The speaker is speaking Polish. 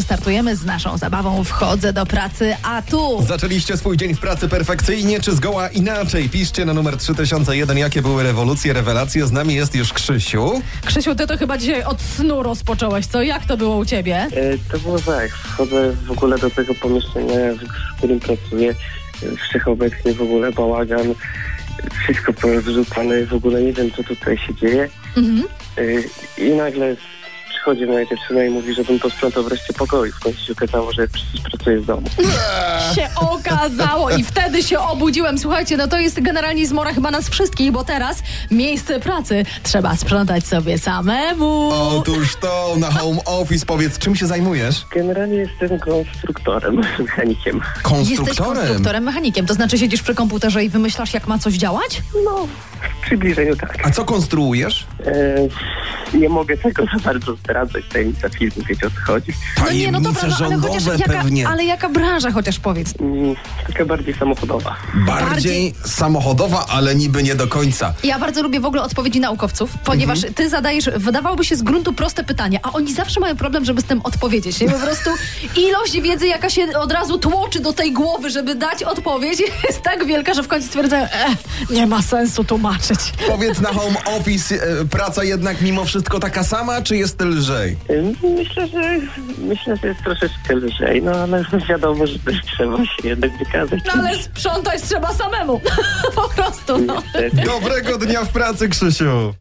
Zestartujemy z naszą zabawą Wchodzę do pracy, a tu... Zaczęliście swój dzień w pracy perfekcyjnie, czy zgoła inaczej? Piszcie na numer 3001, jakie były rewolucje, rewelacje. Z nami jest już Krzysiu. Krzysiu, ty to chyba dzisiaj od snu rozpocząłeś, co? Jak to było u ciebie? E, To było tak, wchodzę w ogóle do tego pomieszczenia, w- w którym pracuję, e, wszechobecnie w ogóle bałagan, wszystko porozrzucane, w ogóle nie wiem, co tutaj się dzieje. Mhm. E, I nagle przychodzi moja dziewczyna i mówi, żebym posprzątał wreszcie pokoju. W końcu się okazało, że przecież pracuję w domu. się okazało i wtedy się obudziłem. Słuchajcie, no to jest generalnie zmora chyba nas wszystkich, bo teraz miejsce pracy trzeba sprzątać sobie samemu. Otóż to, na home office powiedz, czym się zajmujesz? Generalnie jestem konstruktorem, mechanikiem. Jesteś konstruktorem, mechanikiem, to znaczy siedzisz przy komputerze i wymyślasz, jak ma coś działać? No, w przybliżeniu tak. A co konstruujesz? E, nie mogę tego za bardzo zdradzać, tajemnica filmu, wiecie o co chodzi. No No Tajemnice rządowe jaka, pewnie. ale jaka branża chociaż powiedz? Mm, Taka bardziej samochodowa. Bardziej samochodowa, ale niby nie do końca. Ja bardzo lubię w ogóle odpowiedzi naukowców, ponieważ ty zadajesz, wydawałoby się z gruntu proste pytanie, a oni zawsze mają problem, żeby z tym odpowiedzieć. Nie? Po prostu ilość wiedzy, jaka się od razu tłoczy do tej głowy, żeby dać odpowiedź, jest tak wielka, że w końcu stwierdzają, e, nie ma sensu tłumaczyć. Powiedz na home office, e, praca jednak mimo wszystko taka sama, czy jest lżej? Y, Myślę, że myślę, że jest troszeczkę lżej, no ale wiadomo, że też trzeba się jednak wykazać. No ale sprzątać trzeba samemu. po prostu, no. Niestety. Dobrego dnia w pracy, Krzysiu!